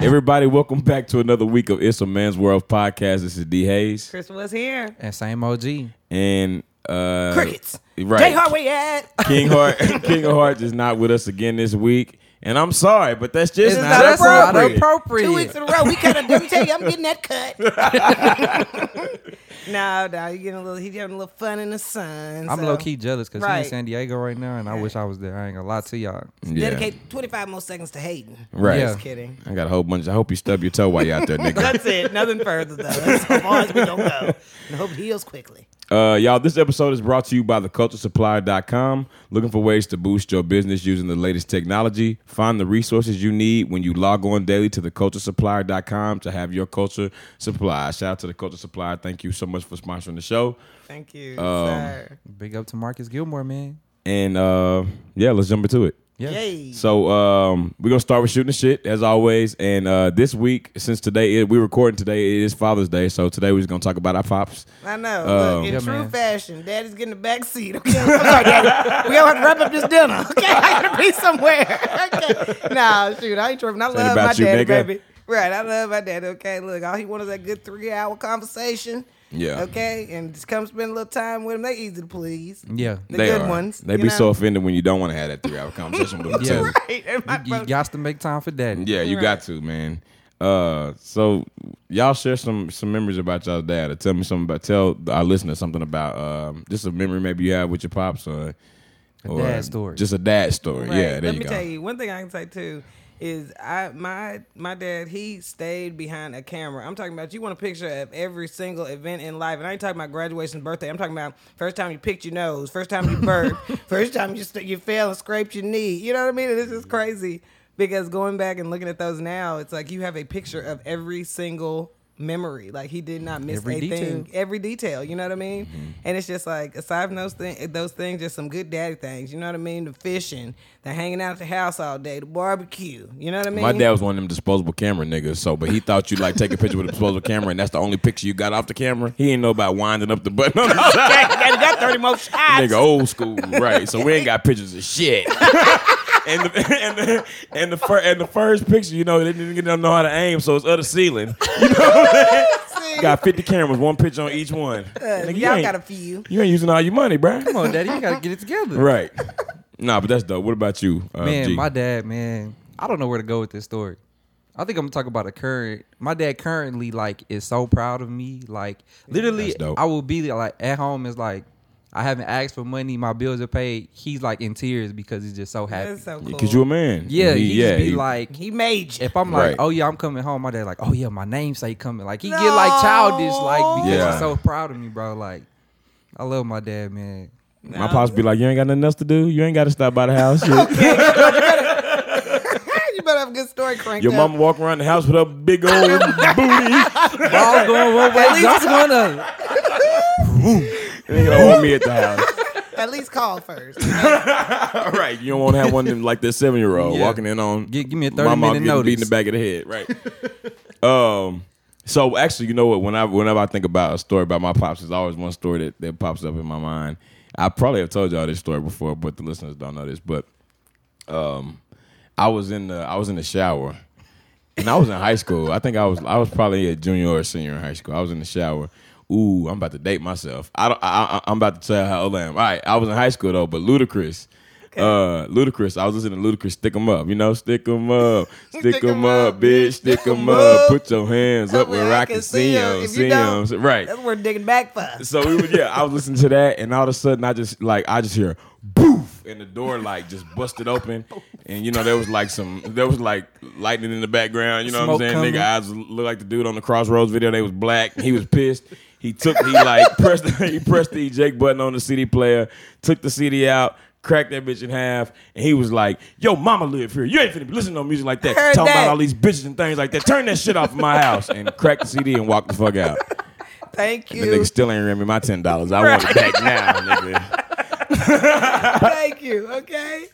Everybody, welcome back to another week of It's a Man's World podcast. This is D Hayes. Chris was here. And same OG. And uh Crickets. Right. Jay Hart, where you at? King Hart King of Hearts is not with us again this week. And I'm sorry, but that's just It's not that's appropriate. not appropriate. Two weeks in a row. We kind of didn't tell you. I'm getting that cut. no, no, you getting a little. He's having a little fun in the sun. I'm so. low key jealous because he's Right. in San Diego right now, and I wish I was there. I ain't gonna lie to y'all. Yeah. Dedicate 25 more seconds to Hayden. Right. Yeah. Just kidding. I got a whole bunch. I hope you stub your toe while you're out there, nigga. That's it. Nothing further though. That's as far as we don't go. And hope it heals quickly. Uh, y'all, this episode is brought to you by theculturesupply.com. Looking for ways to boost your business using the latest technology? Find the resources you need when you log on daily to theculturesupplier.com to have your culture supply. Shout out to the culture supplier. Thank you so much for sponsoring the show. Thank you, Um, sir. Big up to Marcus Gilmore, man. And uh, yeah, let's jump into it. Yeah. Yay. So um, we're gonna start with shooting the shit as always. And uh, this week, since today is- we're recording today, it is Father's Day. So today we're just gonna talk about our pops. I know. Um, Look, in Yeah, true man. fashion, Daddy's getting the back seat. Okay, I'm sorry, Daddy. we gotta have to wrap up this dinner. Okay, I gotta be somewhere. Okay, nah, shoot, I ain't tripping. I love my about you, daddy, nigga. baby. Right, I love my daddy. Okay, look, all he wanted was that good three hour conversation. Yeah. Okay, and just come spend a little time with him. They easy to please. Yeah. The good ones. They you be so know? offended when you don't want to have that three hour conversation with them. Yeah. too. Right, and my You, you brother- got to make time for daddy. Yeah, you got to, man. Uh, so y'all share some some memories about y'all dad, or tell me something about tell our listeners something about um just a memory maybe you have with your pops or A dad story. just a dad story. Right. Yeah, there Let you me go. tell you one thing I can say too is I my my dad he stayed behind a camera. I'm talking about you want a picture of every single event in life, and I ain't talking about graduation, birthday. I'm talking about first time you picked your nose, first time you burped, first time you st- you fell and scraped your knee. You know what I mean? This is crazy because going back and looking at those now, it's like you have a picture of every single memory. Like he did not miss Every a detail. thing every detail. You know what I mean? Mm-hmm. And it's just like aside from those things, those things, just some good daddy things. You know what I mean? The fishing, the hanging out at the house all day, the barbecue. You know what I mean? My dad was one of them disposable camera niggas, so but he thought you like take a picture with a disposable camera, and that's the only picture you got off the camera. He ain't know about winding up the button on the side. Daddy got thirty more shots. nigga old school, right? So we ain't got pictures of shit. and the and the and the, fir- and the first picture, you know, they didn't they don't know how to aim, so it's other ceiling. You know what I'm saying? Got 50 cameras, one picture on each one. Nigga, you Uh, Y'all ain't- got a few. You ain't using all your money, bro. Come on, daddy. You got to get it together. Right. Nah, but that's dope. What about you? Uh, Man, G? my dad, man, I don't know where to go with this story. I think I'm gonna talk about a current. My dad currently like is so proud of me. Like literally, That's dope. I will be like at home is like I haven't asked for money. My bills are paid. He's like in tears because he's just so happy. That's so cool. Cause you a man. yeah, he, just be he- like, he made you. if I'm like, Right. oh yeah, I'm coming home. My dad like, oh yeah, my namesake coming. Like he get like childish like because Yeah. he's so proud of me, bro. Like I love my dad, man. my pops be like, you ain't got nothing else to do. You ain't got to stop by the house. Your, you better have a good story cranked your up. mama walk around the house with her big old booty. Ball going one way, John's going another. They gonna hold me at the house. At least call first. All right, you don't want to have one of them like that seven year old Yeah. walking in on. Gi- give me a 30 my mom minute getting beat in the notice. back of the head, right? um. So actually, you know what? Whenever whenever I think about a story about my pops, there's always one story that, that pops up in my mind. I probably have told y'all this story before, but the listeners don't know this. But um, I was in the I was in the shower, and I was in high school. I think I was I was probably a junior or senior in high school. I was in the shower. Ooh, I'm about to date myself. I don't. I, I, I'm about to tell how old I am. All right, I was in high school though, but ludicrous. Uh, ludicrous. I was listening to Ludacris. Stick 'em up, you know. Stick 'em up, stick 'em Stick 'em up, up, bitch. Stick 'em up. up. Put your hands up where I can see 'em. If See you don't, 'em. Right. That's where digging back for. us. So we would, yeah, I was listening to that, and all of a sudden, I just like I just hear boof, and the door like just busted open, and you know there was like some there was like lightning in the background. You know Smoke what I'm saying? coming. Nigga eyes look like the dude on the Crossroads video. They was black. He was pissed. He took he like pressed he pressed the eject button on the CD player, took the CD out. Cracked that bitch in half, and he was like, "Yo, mama live here. You ain't finna be listening to no music like that. Heard Talking that. about all these bitches and things like that. Turn that shit off in my house." And cracked the CD and walked the fuck out. Thank The nigga you. still ain't rent me my ten dollars. I want it back now, nigga. Thank you. Okay.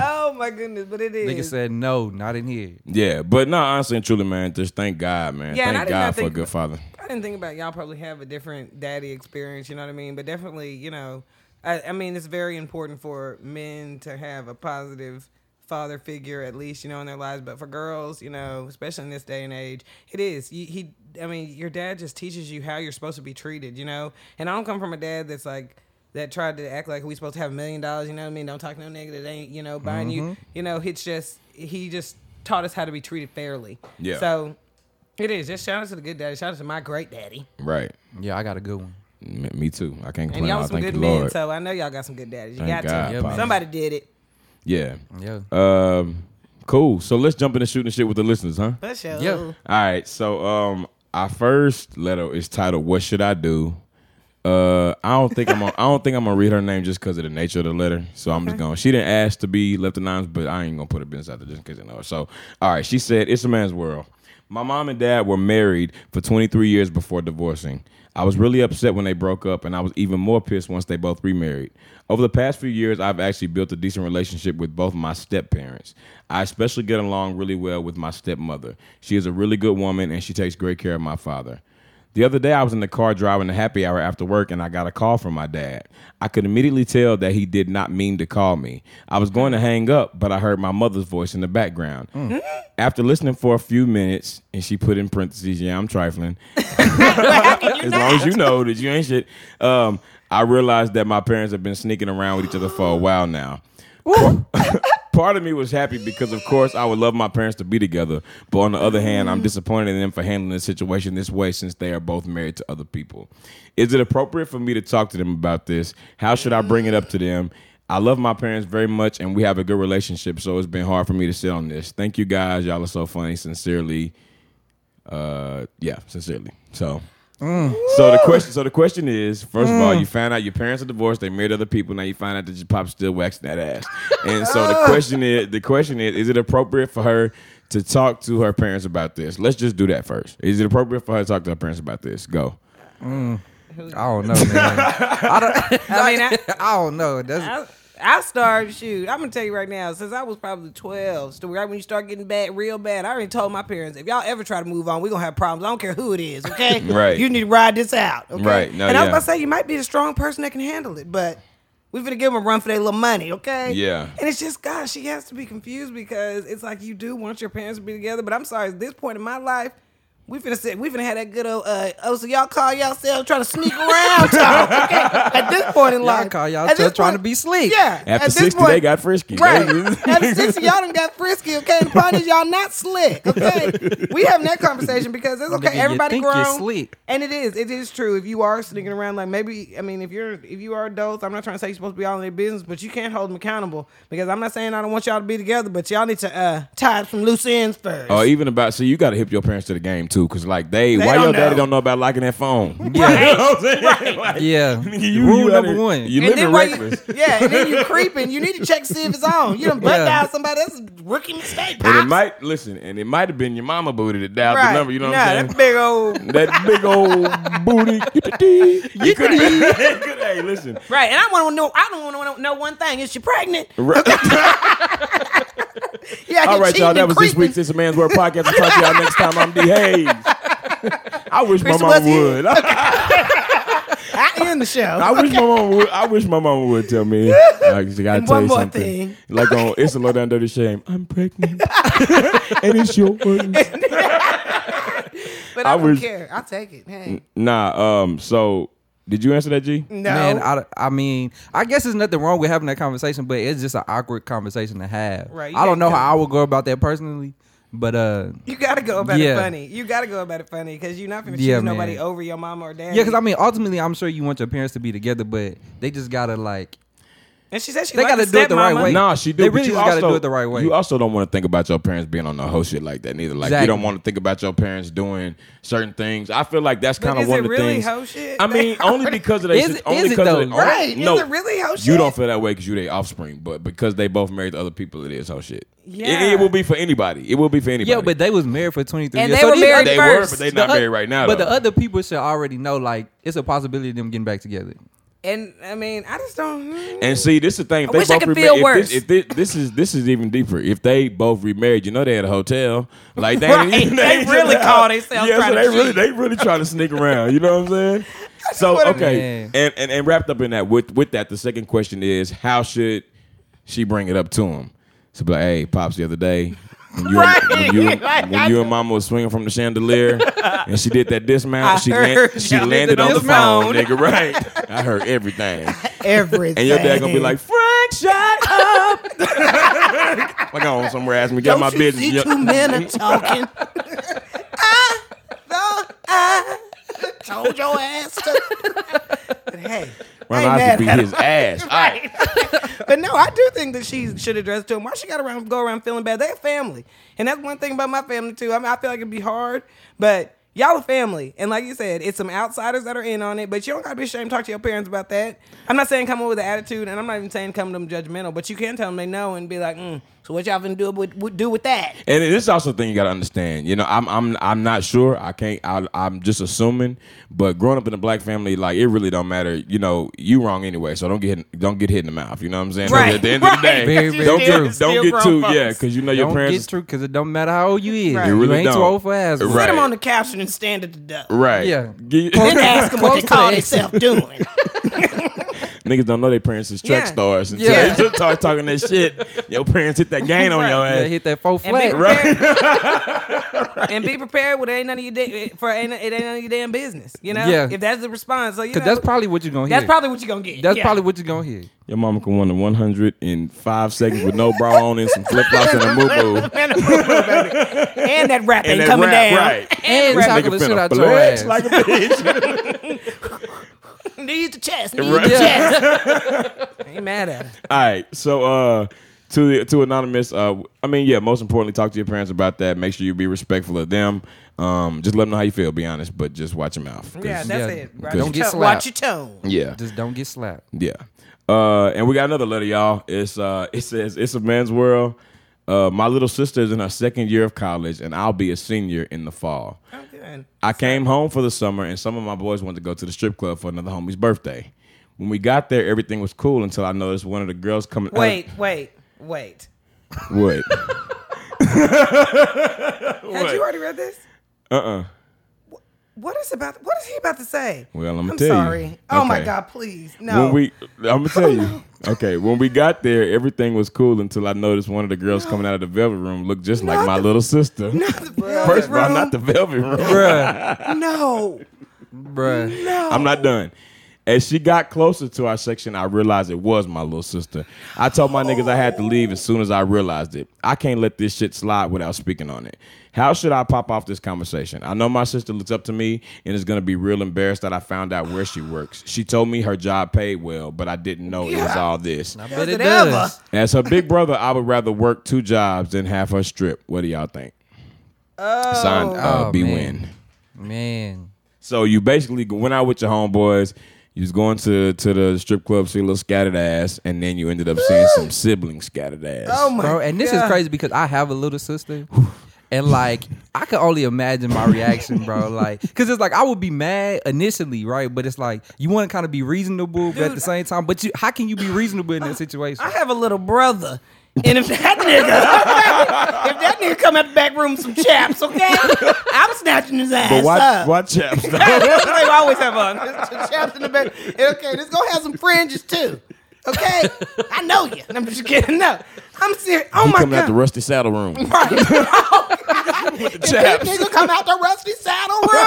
Oh my goodness, but it is. Nigga said no, not in here. Yeah, but no, honestly and truly, man, just thank God, man. Yeah, and I thank did not God for a think- good father. I didn't think about it. y'all probably have a different daddy experience, you know what I mean? But definitely, you know, I, I mean, it's very important for men to have a positive father figure at least you know in their lives but for girls you know especially in this day and age it is he, he i mean your dad just teaches you how you're supposed to be treated you know and i don't come from a dad that's like that tried to act like we supposed to have a million dollars you know what i mean don't talk no negative ain't you know buying you you know it's just he just taught us how to be treated fairly Yeah. so it is just shout out to the good daddy shout out to my great daddy Right. Yeah, I got a good one. Me, me too. I can't and complain. y'all I some thank good the men Lord. so i know y'all got some good daddies you Thank got God, to Yeah, man. somebody did it yeah. Yeah. Um. Cool. So let's jump into shooting shit with the listeners, huh? for sure Yeah. All right, so um, our first letter is titled "What Should I Do." Uh, I don't think I'm. Gonna, I don't think I'm gonna read her name just because of the nature of the letter. So I'm just going. to She didn't ask to be left anonymous, but I ain't gonna put a business out there just in case I know her. So all right, she said, "It's a man's world." My mom and dad were married for 23 years before divorcing. I was really upset when they broke up, and I was even more pissed once they both remarried. Over the past few years, I've actually built a decent relationship with both my step parents. I especially get along really well with my stepmother. She is a really good woman, and she takes great care of my father. The other day, I was in the car driving the happy hour after work, and I got a call from my dad. I could immediately tell that he did not mean to call me. I was going to hang up, but I heard my mother's voice in the background. After listening for a few minutes, and she put in parentheses, "Yeah, I'm trifling." as long as you know that you ain't shit. Um, I realized that my parents have been sneaking around with each other for a while now. Part of me was happy because, of course, I would love my parents to be together. But on the other hand, I'm disappointed in them for handling the situation this way since they are both married to other people. Is it appropriate for me to talk to them about this? How should I bring it up to them? I love my parents very much and we have a good relationship, so it's been hard for me to sit on this. Thank you guys. Y'all are so funny. Sincerely. Uh, yeah, sincerely. So. So the question, so the question is: First of all, Mm. you found out your parents are divorced; they married other people. Now you find out that your pop's still waxing that ass. And so the question is: the question is, is it appropriate for her to talk to her parents about this? Let's just do that first. Is it appropriate for her to talk to her parents about this? Go. I don't know, man. I don't, I mean, I- I don't know. That's I, I started shoot. I'm gonna tell you right now. Since I was probably 12, so right when you start getting bad, real bad, I already told my parents if y'all ever try to move on, we are gonna have problems. I don't care who it is. Okay, Right. You need to ride this out. Okay? Right. No, and I was yeah. about to say you might be the strong person that can handle it, but. We finna give them a run for their little money, okay? Yeah. And it's just, God, she has to be confused because it's like you do want your parents to be together, but I'm sorry, at this point in my life, we finna sit, we finna have that good old, uh, oh, so y'all call yourselves trying to sneak around talk, okay? At this point in Y'all life, call y'all at this just trying to be slick. Yeah. at After this sixty, point- they got frisky. Right. They- After 60, y'all done got frisky, okay? The part is y'all not slick, okay? We having that conversation because it's okay. Nigga, you Everybody think grown. you're slick. And it is. It is true. If you are sneaking around, like maybe, I mean, if you're if you are adults, I'm not trying to say you're supposed to be all in their business, but you can't hold them accountable because I'm not saying I don't want y'all to be together, but y'all need to uh, tie it from loose ends first. Or even about so Oh, you got to hip your parents to the game too, because like they, why don't your daddy know. don't know about locking that phone? yeah, You know what I'm saying? Like, yeah. you- Rule you out number here- one. You and living then while you- reckless. yeah, and then you creeping. You need to check to see if it's on. You done butt Yeah. down somebody. That's a rookie mistake. And it pops. might listen, and it might have been your mama booty that dialed the Right. number. You know what Nah, I'm saying? That big old That big old booty. You could Hey, listen. Right, and I want to know. I don't want to know one thing. Is she pregnant? Yeah. All right, cheating y'all. That and was this creeping. week's It's a Man's World podcast. I'll talk to y'all next time. I'm D. Hayes. I wish my Chris mama was here. would. I I end the show. wish my mama would. I wish my mama would tell me. Like, she gotta And tell one you more something. thing. Like on It's a Low Down Dirty Shame. I'm pregnant, and it's yours. But I, I don't was- care. I'll take it. Hey. Nah. Um. So, did you answer that, G? No. Man, I, I mean, I guess there's nothing wrong with having that conversation, but it's just an awkward conversation to have. Right, you I don't gotta know tell how I would go about that personally, but uh, you gotta go about Yeah. it funny. You gotta go about it funny because you're not gonna Yeah, choose nobody man. over your mama or dad. yeah, because I mean, ultimately, I'm sure you want your parents to be together, but they just gotta like, and she said she they liked gotta the do it the right stepmama. way. Nah, she do. They but really you just gotta also- do it the right way. You also don't want to think about your parents being on the whole shit like that neither. Like you Exactly. don't want to think about your parents doing certain things. I feel like that's But kind of is one it of the really things. hoe shit? I mean, only because of they. Is it- only is it because though? of the, only- Right? No, Is it really hoe shit? you don't feel that way because you their offspring, but because they both married to other people, it is whole shit. It- It, Yeah. will be for anybody. It will be for anybody. yeah, but they was married for 23 And years. they were these married other- they were, first, but they not the oth- married right now. But though. the other people should already know, like, it's a possibility of them getting back together. And I mean, I just don't. And see, this is the thing. If I they wish I both could remar- feel if worse. This, if thi- this, is this is even deeper. If they both remarried, you know they had a hotel. Like they, Right. ain't- They ain't really just- call themselves Yeah, so trying to they really cheat. Oh, they really trying to sneak around. You know what I'm saying? So wanna- okay, Man. and, and and wrapped up in that with with that, the second question is how should she bring it up to him? to be like, "Hey, pops, the other day." When you, Right. when, you, Like, when you and mama was swinging from the chandelier and she did that dismount, I she, heard she y'all did landed the on the phone, dismount. nigga, right? I heard everything. Everything. And your dad gonna be like, Frank, shut up. like, go on somewhere, ask me, get out Don't my you business. see yo- two men are talking. I, no, I told your ass to. But hey, Well, I ain't I mad have to at beat his ass. right. but no, I do think that she should address to him. Why she got around go around feeling bad? They're family, and that's one thing about my family too. I mean, I feel like it'd be hard, but y'all a family, and like you said, it's some outsiders that are in on it. But you don't gotta be ashamed. to Talk to your parents about that. I'm not saying come up with an attitude, and I'm not even saying come to them judgmental. But you can tell them they know and be like, mm, so what y'all gonna do with do with that? And this is also a thing you gotta understand. You know, I'm I'm I'm not sure. I can't. I, I'm just assuming. But growing up in a black family, like it really don't matter. You know, you wrong anyway. So don't get hit, don't get hit in the mouth. You know what I'm saying? Right, At the end of right. the day, Very, very don't true. get don't get too Still grown yeah, folks. because you know your Don't parents. get through because it don't matter how old you is. Right. You You, really ain't too don't. old for ass. Right. Sit them on the couch and stand at the door. Right. Yeah. Get- Then ask them what Close they to call that. themselves doing. Niggas don't know their parents is track Yeah. stars until Yeah. they just start talking that shit. Your parents hit that gain on your Yeah, ass. hit that four And be flat. prepared. and be prepared with ain't none of your da- eh, for ain't, it ain't none of your damn business. You know, Yeah. if that's the response, so you know, Because that's probably what you're gonna hear. that's probably what you're gonna get. That's Yeah. probably what you're gonna hear. Your mama can win in 105 seconds with no bra on and some flip flops and a moo moo. and that rap ain't that coming rap, down. right. And, This rap nigga Chocolate shit finna out your flex ass. like a bitch. needs the chest, needs Right. the Yeah. chest. ain't mad at her. All right. So, uh, to to anonymous, uh, I mean, yeah. Most importantly, talk to your parents about that. Make sure you be respectful of them. Um, just let them know how you feel. Be honest, but just watch your mouth. 'cause- Yeah, that's Yeah, it. Right. don't Your get tone- slapped. Watch your tone. yeah. Just don't get slapped. Yeah. Uh, and we got another letter, y'all. It's uh, it says it's a man's world. Uh, my little sister's in her second year of college, and I'll be a senior in the fall. Oh, I'm good. I came home for the summer, and some of my boys wanted to go to the strip club for another homie's birthday. When we got there, everything was cool until I noticed one of the girls coming. Wait, wait, wait. uh, what? Had you already read this? Uh uh What is about? What is he about to say? Well, I'ma I'm tell you. sorry. Oh my Okay. God! Please, no. When we, I'm gonna tell you. Okay, when we got there, everything was cool until I noticed one of the girls coming out of the velvet room looked just like Not my the- little sister. First First of all, not the velvet room. Bruh. no, Bruh. no. I'm not done. As she got closer to our section, I realized it was my little sister. I told my niggas I had to leave as soon as I realized it. I can't let this shit slide without speaking on it. How should I pop off this conversation? I know my sister looks up to me and is gonna be real embarrassed that I found out where she works. She told me her job paid well, but I didn't know it was all this. But it it ever. does. As her big brother, I would rather work two jobs than have her strip. What do y'all think? Oh, Signed, uh, Oh, B man. Win. Man. So you basically go- went out with your homeboys. You was going to to the strip club, see a little scattered ass, and then you ended up seeing some sibling scattered ass. Oh my Bro, and this is God. crazy because I have a little sister. And like I can only imagine my reaction, bro. Like, cause it's like I would be mad initially, right? But it's like you want to kind of be reasonable, but at the Dude, same time, but you, how can you be reasonable in that situation? I have a little brother. And if that nigga, if that nigga come out the back room with some chaps, okay, I'm snatching his ass but why up. why chaps? though? That's what they always have on. There's some chaps in the back. Okay, let's go have some fringes too. Okay, I know you. I'm just kidding. No, I'm serious. Oh He my coming out the god. rusty saddle room. Right. Oh, if these Chaps. niggas come out the rusty saddle room.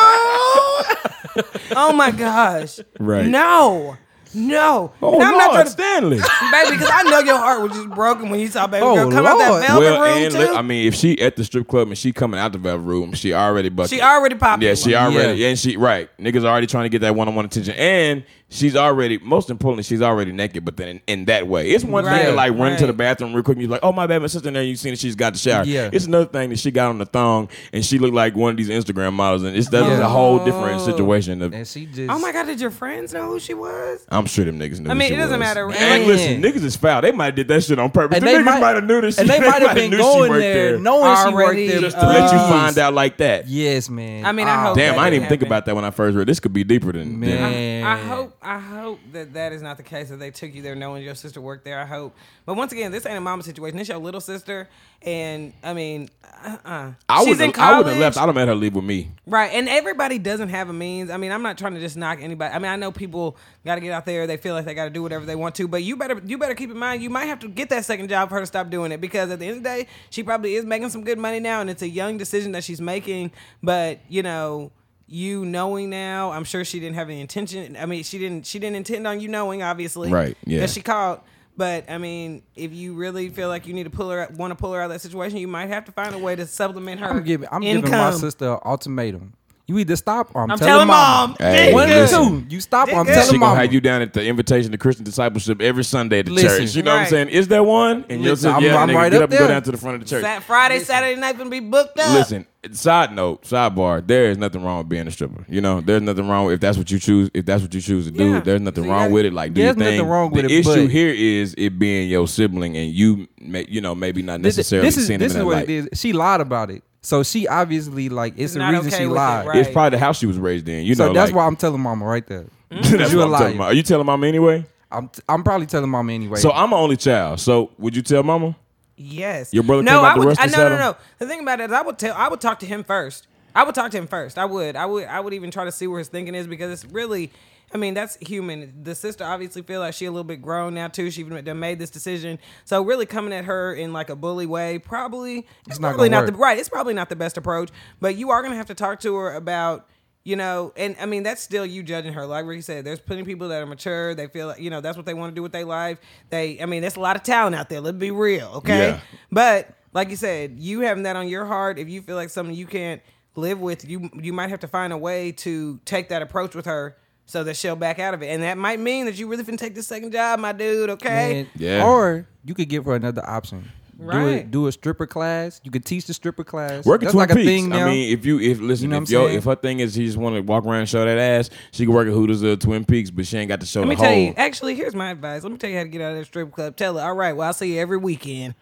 oh my gosh. Right. No. No. Oh And I'm not Lord, trying to Stanley. baby, because I know your heart was just broken when you saw baby Oh, girl come out Lord. that velvet well, room and too. li- I mean, if she at the strip club and she coming out the velvet room, she already bucking. she already popped. Yeah, she one. already Yeah. and she right. Niggas already trying to get that one on one attention, and she's already most importantly she's already naked. But then in, in that way, it's one thing to Right, like run right. to the bathroom real quick. and You're like, oh my bad, my sister in there. You seen that she's got the shower. Yeah. it's another thing that she got on the thong and she looked like one of these Instagram models, and it's that's Yeah. a whole different situation. Of, and she just Oh my god, did your friends know who she was? I'm sure them niggas knew. I mean, she it doesn't was. matter. And Man. listen, niggas is foul. They might have did that shit on purpose. and The they niggas might might have knew this. and they might have been going there, knowing Already, she worked there just to let you Uh, find out like that. Yes, man. I mean, I Ah, hope- Damn, That I didn't didn't even think happen. about that when I first read. This could be deeper than than- man. I hope I hope that that is not the case that they took you there knowing your sister worked there. I hope, but once again, this ain't a mama situation. This your little sister, and I mean, uh, uh I she's would in have. college, I would have left. I'd have made her leave with me. right? And everybody doesn't have a means. I mean, I'm not trying to just knock anybody. I mean, I know people got to get out there. They feel like they got to do whatever they want to. But you better you better keep in mind you might have to get that second job for her to stop doing it because at the end of the day, she probably is making some good money now, and it's a young decision that she's making. But you know. You knowing now, I'm sure she didn't have any intention. I mean, she didn't. She didn't intend on you knowing, obviously, Right, yeah. 'Cause she caught. But I mean, if you really feel like you need to pull her, want to pull her out of that situation, you might have to find a way to supplement her. I'm giving I'm income. giving my sister an ultimatum. You either stop or I'm, I'm telling telling mom. mom. Hey, One of the listen. two. You stop or I'm She She telling gonna mom. have you down at the invitation to Christian discipleship every Sunday at the Listen. church. You know what I'm Right. saying? Is there one? And you'll say, Listen, I'm- yeah, I'm nigga, right get up up and go there. down to the front of the church. Sat Friday, Saturday night gonna be booked up. Listen, side note, sidebar. There is nothing wrong with being a stripper. You know, there's nothing wrong if that's what you choose. If that's what you choose to do, Yeah. there's nothing See, wrong that- with it. Like, do your There's nothing thing. wrong with the it, issue but- here is it being your sibling and you, may, you know, maybe not This, necessarily this is seeing this him is in what that it light. is. She lied about it. So she obviously like it's, It's the not reason okay she with it, lied. right. It's probably the house she was raised in. You So know, that's like, why I'm telling mama right there. that's you what a I'm telling liar. mama. Are you telling mama anyway? I'm t- I'm probably telling mama anyway. So I'm an only child. So would you tell mama? Yes. Your brother came No, out I the would. rusty I, no, no, saddle? no. The thing about it is, I would tell. I would talk to him first. I would talk to him first. I would. I would. I would even try to see where his thinking is because it's really. I mean, that's human. The sister obviously feel like she a little bit grown now too. She done made this decision, so really coming at her in like a bully way probably it's not probably gonna not the work. right. It's probably not the best approach, but you are gonna have to talk to her about. You know, and I mean that's still you judging her. Like Ricky said, there's plenty of people that are mature. They feel like you know that's what they want to do with their life. They, I mean, there's a lot of talent out there. Let's be real, okay? Yeah. But like you said, you having that on your heart, if you feel like something you can't live with, you you might have to find a way to take that approach with her so that she'll back out of it. And that might mean that you really finna take this second job, my dude, okay? And- Yeah. Or you could give her another option. Do a, Right. do a stripper class. You could teach the stripper class. Work at That's Twin like Peaks. a thing now. I mean, if you if listen, You know what if I'm yo saying? if her thing is she just want to walk around and show that ass, she can work at Hooters or Twin Peaks, but she ain't got to show Let me the whole. tell you, actually, here's my advice. Let me tell you how to get out of that strip club. Tell her, all right, well, I'll see you every weekend.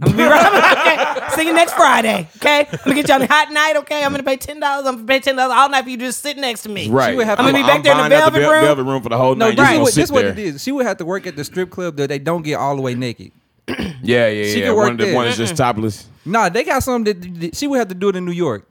I'm gonna be right okay. See you next Friday. Okay. I'm gonna get you on a hot night, okay? I'm gonna pay ten dollars. I'm gonna pay ten dollars all night for you to just sit next to me. right, would have I'm, to- I'm gonna be gonna back there in the the velvet vel- room. velvet room for the whole no, night. this, You just is gonna what, this sit is what there. it is. She would have to work at the strip club that they don't get all the way naked. Yeah, yeah, yeah. She could one work of the there. one is just topless. Nah, they got something that, that she would have to do it in New York.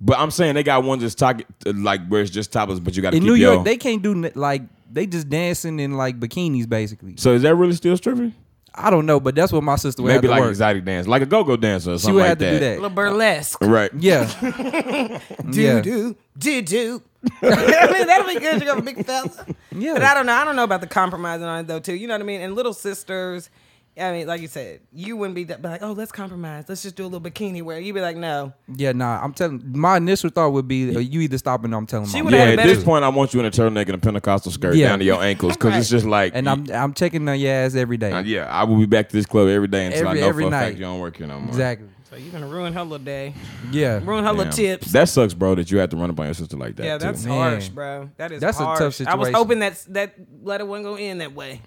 But I'm saying they got one that's top, like where it's just topless, but you got to In keep New your. York, they can't do n- like they just dancing in like bikinis basically. so is that really still stripping? I don't know, but that's what my sister would Maybe have like to work. exotic dance, like a go-go dancer or She something would like have to that. A do that. little burlesque. Right. Yeah. do yeah. do do do. I mean, that'll be good. You got a big fella. Yeah. But I don't know. I don't know about the compromising on it though, too. You know what I mean? And little sisters. I mean, like you said, you wouldn't be, that, be like, oh, let's compromise. Let's just do a little bikini wear. You'd be like, no. Yeah, nah. I'm telling my initial thought would be uh, you either stop and I'm telling She mom. would Yeah. have At better- this point, I want you in a turtleneck and a Pentecostal skirt Yeah. down to your ankles because it's just like. And I'm I'm checking on your ass every day. Uh, yeah, I will be back to this club every day until Every- I know for every a fact night. you don't work here no more. Exactly. So you're going to ruin her little day, Yeah. ruin her Damn. little tips. That sucks, bro. That you had to run up on your sister like that. yeah, too. that's Man. harsh, bro. That is That's a harsh. tough I was situation. hoping that's, that letter wasn't going to end that way.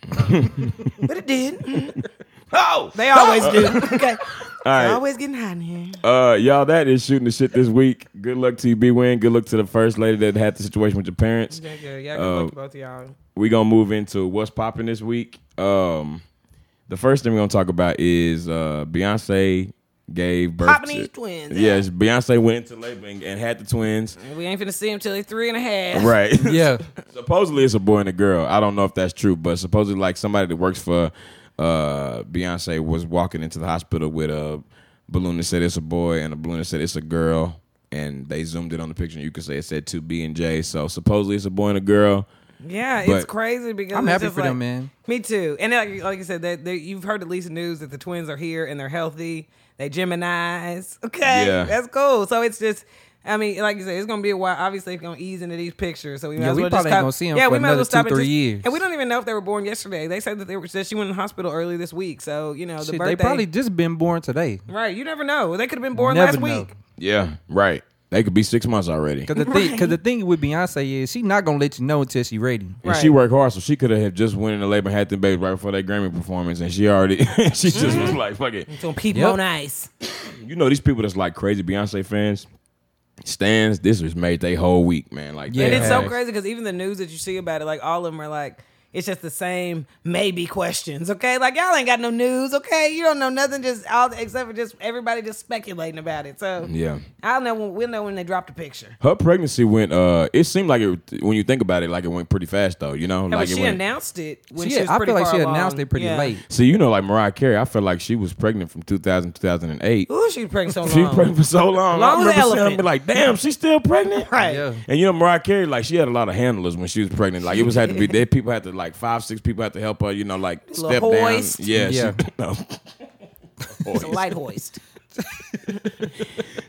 but it did. oh! They always do. okay. right. They're always getting hot in here. Uh, y'all, that is shooting the shit this week. Good luck to you, B Win. Good luck to the first lady that had the situation with your parents. Yeah, yeah, yeah. Uh, Good luck to both of y'all. we gonna move into what's popping this week. Um, the first thing we're gonna talk about is uh, Beyonce gave birth Popping to these twins, yeah. Yes, Beyonce went into labor and, and had the twins. We ain't finna see him till they three and a half. Right. Yeah. supposedly it's a boy and a girl. I don't know if that's true, but supposedly like somebody that works for uh Beyonce was walking into the hospital with a balloon that said it's a boy and a balloon that said it's a girl and they zoomed in on the picture and you could say it said two B and J. So supposedly it's a boy and a girl. Yeah, it's But- crazy because I'm it's happy just for them, like- man. Me too. And like, like you said, that they, you've heard at least the news that the twins are here and they're healthy. They Gemini's. Okay, Yeah. that's cool. So it's just. I mean, like you said, it's gonna be a while. Obviously, it's gonna ease into these pictures, so we might Yeah, as we well probably just ain't cut- gonna see 'em Yeah, for we might as another well stop two, and three just- years. and we don't even know if they were born yesterday. They said that they were that she went in the hospital early this week. So you know, the Shit, birthday, they probably just been born today. right? You never know. They could have been born Never last know. week. Yeah, right. They could be six months already. Cause the thing, cause the thing with Beyonce is she not gonna let you know until she ready. And Right. she worked hard, so she could have just went into labor and had them babies right before that Grammy performance, and she already she just was like, "Fuck it." It's gonna keep 'em Yep. on ice. You know these people that's like crazy Beyonce fans, stands. This was made they whole week, man. Like, Yeah. they And it's so had- crazy because even the news that you see about it, like all of them are like, It's just the same maybe questions. Okay, like y'all ain't got no news. Okay, you don't know nothing. Just all except for just everybody just speculating about it. So Yeah. I'll know. When, we'll know when they drop the picture. Her pregnancy went. Uh, it seemed like it when you think about it, like it went pretty fast though. You know, I mean, like it she went. announced it when She- she, was I pretty feel like far she along. announced it pretty Yeah. late. See, you know, like Mariah Carey, I feel like she was pregnant from 2000 to 2008. Ooh, she was pregnant so long. She was pregnant for so Long long. as I an remember seeing her elephant. be like, damn, she's still pregnant? Right. Yeah. And you know, Mariah Carey, like, she had a lot of handlers when she was pregnant. Like, it was had to be there. People had to, like, five, six people had to help her, you know, like, Little step hoist. down. Yeah. Yeah. she- no. It's a light hoist.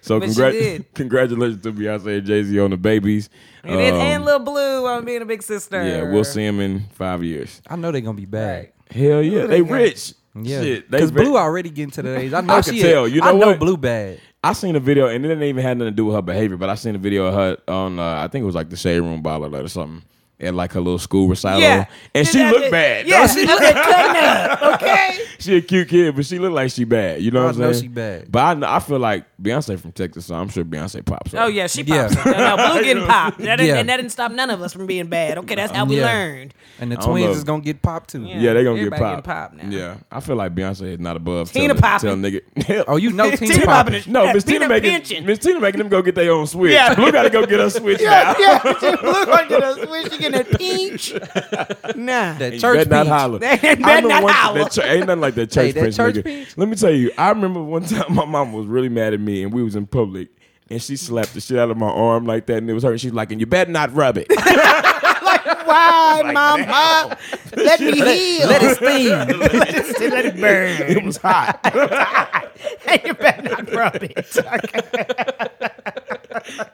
So, But she congrat- did. congratulations to Beyonce and Jay Z on the babies. And, then Um, and Lil Blue on being a big sister. yeah, we'll see him in five years. I know they're gonna be back. Right. Hell yeah. They rich. Yeah, Shit, they because rich. Blue already getting to the age. I know I she. can is- tell. You I know know what? Blue bad. I seen a video, and it didn't even have nothing to do with her behavior, but I seen a video of her on, uh, I think it was like the Shade Room Ball Alert or something, at like her little school recital. Yeah. And she that- looked bad. Yeah, Yeah. she looked cutting up. Okay. She a cute kid, but she looked like she bad. You know what I'm I know saying? she bad. But I, kn- I feel like Beyonce from Texas, so I'm sure Beyonce pops up. Oh yeah, she Yeah. popped. up. No, no, Blue getting popped. That didn't, Yeah. And that didn't stop none of us from being bad. Okay, that's how we Yeah. learned. And the I don't know. twins is gonna get popped too. Yeah, they gonna Everybody get getting popped. popped now. Yeah, I feel like Beyonce is not above. Tina telling- telling nigga. Oh, you know Tina Tina popping. popping is- No, Yeah, Miss Tina Tina making pinching. Miss Tina making them go get their own switch. Yeah. Blue gotta go get her switch now. yeah, Blue gonna get a wish she getting a peach. Nah. That You church better not peach. holler. They ain't I better remember not one- holler. that chur- ain't nothing like that church Hey, that pinch, church nigga. pinch? Let me tell you, I remember one time my mom was really mad at me, and we was in public, and she slapped the shit out of my arm like that, and it was her. and She's like, "And you better not rub it." Why, mama? Let me heal. Let it steam. Let it burn. it was hot. And you better not rub it. Okay.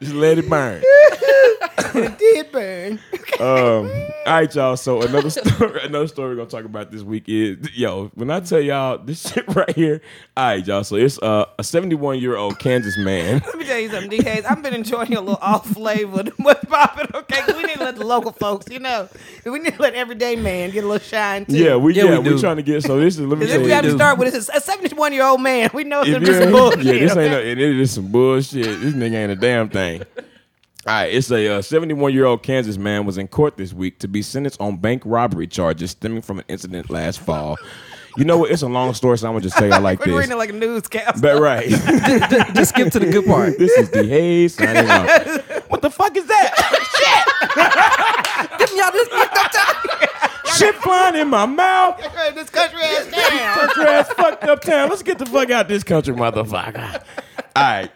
Just let it burn. It did burn. Um, all right, y'all. So another story, another story we're gonna talk about this week is yo. When I tell y'all this shit right here, all right, y'all. So it's uh, a 71 year old Kansas man. Let me tell you something, DKs. I've been enjoying your little off flavor than what's popping, okay? 'Cause We need to let the local folks, you know, we need to let everyday man get a little shine too. Yeah, we yeah, Yeah, we we do. trying to get. So this is let me Because tell if you. we have to do. start with this, a 71 year old man, we know it's If going to be you some ain't- bullshit. Yeah, this ain't no, it is some bullshit. This nigga ain't a damn thing. All right, it's a 71 year old Kansas man was in court this week to be sentenced on bank robbery charges stemming from an incident last fall. You know what? It's a long story, so I'm gonna just tell you like We're this. reading it like a newscast. But right, Just skip to the good part. this is the Hayes signing off. What the fuck is that? Y'all just fucked up time. Shit flying in my mouth. this country ass down. country ass fucked up town. Let's get the fuck out this country, motherfucker. All right.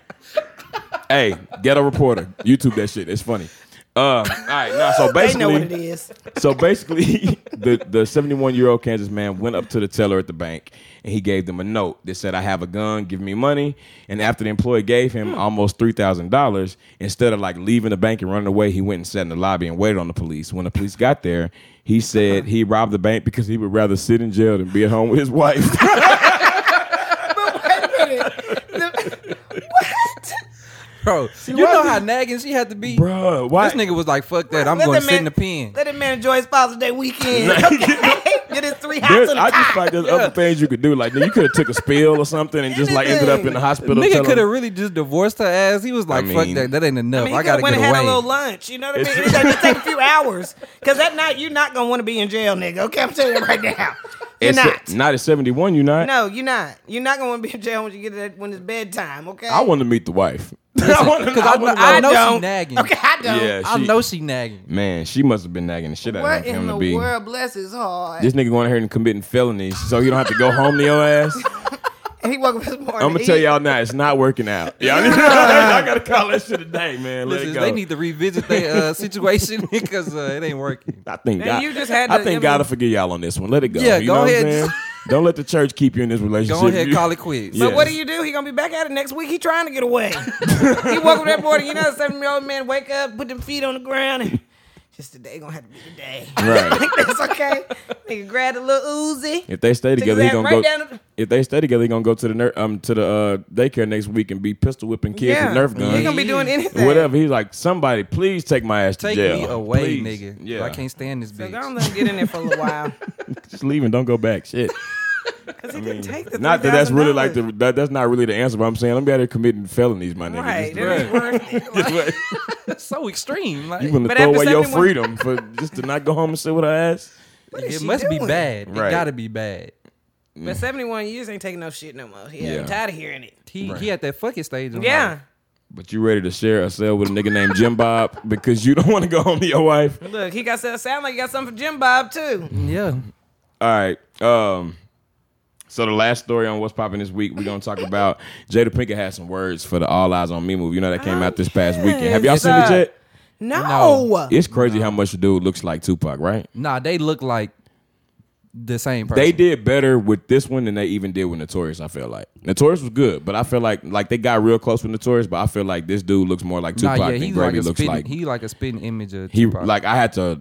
Hey, ghetto reporter. YouTube that shit. It's funny. Uh, all right. Nah, so They know what basically, it is. so basically, the the seventy one year old Kansas man went up to the teller at the bank and he gave them a note that said, "I have a gun. Give me money." And after the employee gave him almost three thousand dollars, instead of like leaving the bank and running away, he went and sat in the lobby and waited on the police. When the police got there, he said he robbed the bank because he would rather sit in jail than be at home with his wife. Bro, you know how nagging she had to be? Bruh, why? This nigga was like, fuck that. I'm Let going that to sit in man- the pen. Let him man enjoy his Father's Day weekend. Okay? Get his three hots There's, on the I just cock. feel like there's other things you could do. Like nigga, you could have took a spill or something and just like ended up in the hospital. Nigga telling- could have really just divorced her ass. He was like, I fuck mean- that. That ain't enough. I I, mean, he could gotta have went get and away. had a little lunch. You know what I mean? It's- It's going to take a few hours. Because that night, you're not going to want to be in jail, nigga. Okay, I'm telling you right now. You're It's- not. not at 71. You not. No, you're not. You're not going to want to be in jail when you get to that, when it's bedtime, okay? I want to meet the wife. Listen, I want to. 'cause I I wanna know- I know- know- she don't. nagging. Okay, I don't. Yeah, I she- know she nagging. Man, she must have been nagging the shit out of him What for him in to the be. world? Bless his heart. This nigga going out here and committing felonies, so you don't have to go home to your ass. And he woke up this morning. I'm gonna He- tell y'all now, it's not working out. Y'all need I gotta call that shit a day, man. Let Listen, it go. they need to revisit their uh, situation because uh, it ain't working. I think Man, God, you just had I to- think I God mean- will forgive y'all on this one. Let it go. Yeah, you go know ahead. What I'm saying? Don't let the church keep you in this relationship. Go ahead, You- call it quits. Yeah. But what do you do? He gonna be back at it next week. He trying to get away. he woke up that morning. You know, seven year old man wake up, put them feet on the ground, and just today gonna have to be the day. Right. That's okay. Nigga grabbed a little Uzi. If they stay together, he ass gonna right go. down the- if they stay together, he gonna go to the ner- um to the uh, daycare next week and be pistol whipping kids yeah, with Nerf guns. He gonna be doing anything. Whatever. He's like, somebody, please take my ass to Take jail. me away, Please." nigga. Yeah. I can't stand this So bitch. go on, let him get in there for a little while. Just leave and don't go back. Shit. Cause he didn't take the not that that's really like the $3,000. that, that's not really the answer. But I'm saying, let me out here committing felonies, my nigga. right. Just- that ain't worth it. Just wait. That's so extreme. Like, you want to But throw after away your 71 freedom for just to not go home and sit with her ass? What is It she must be doing? bad. It Right. gotta be bad. But 71 years ain't taking no shit no more. Yeah, Yeah. I'm tired of hearing it. He he at that fucking stage. in Yeah. life. But you ready to share a cell with a nigga named Jim Bob because you don't want to go home to your wife? Look, he got some- sound like he got something for Jim Bob too. yeah. All right. Um. So the last story on what's popping this week, we're gonna talk about Jada Pinkett had some words for the All Eyes on Me movie. You know that came out this past weekend. Have y'all yes, seen it sir. yet? No. It's crazy how much the dude looks like Tupac, right? Nah, they look like the same person. They did better with this one than they even did with Notorious. I feel like Notorious was good, but I feel like like they got real close with Notorious. But I feel like this dude looks more like Nah, Tupac yeah, than he's like Brady a looks spitting. like. he like a spitting image of He Tupac. like I had to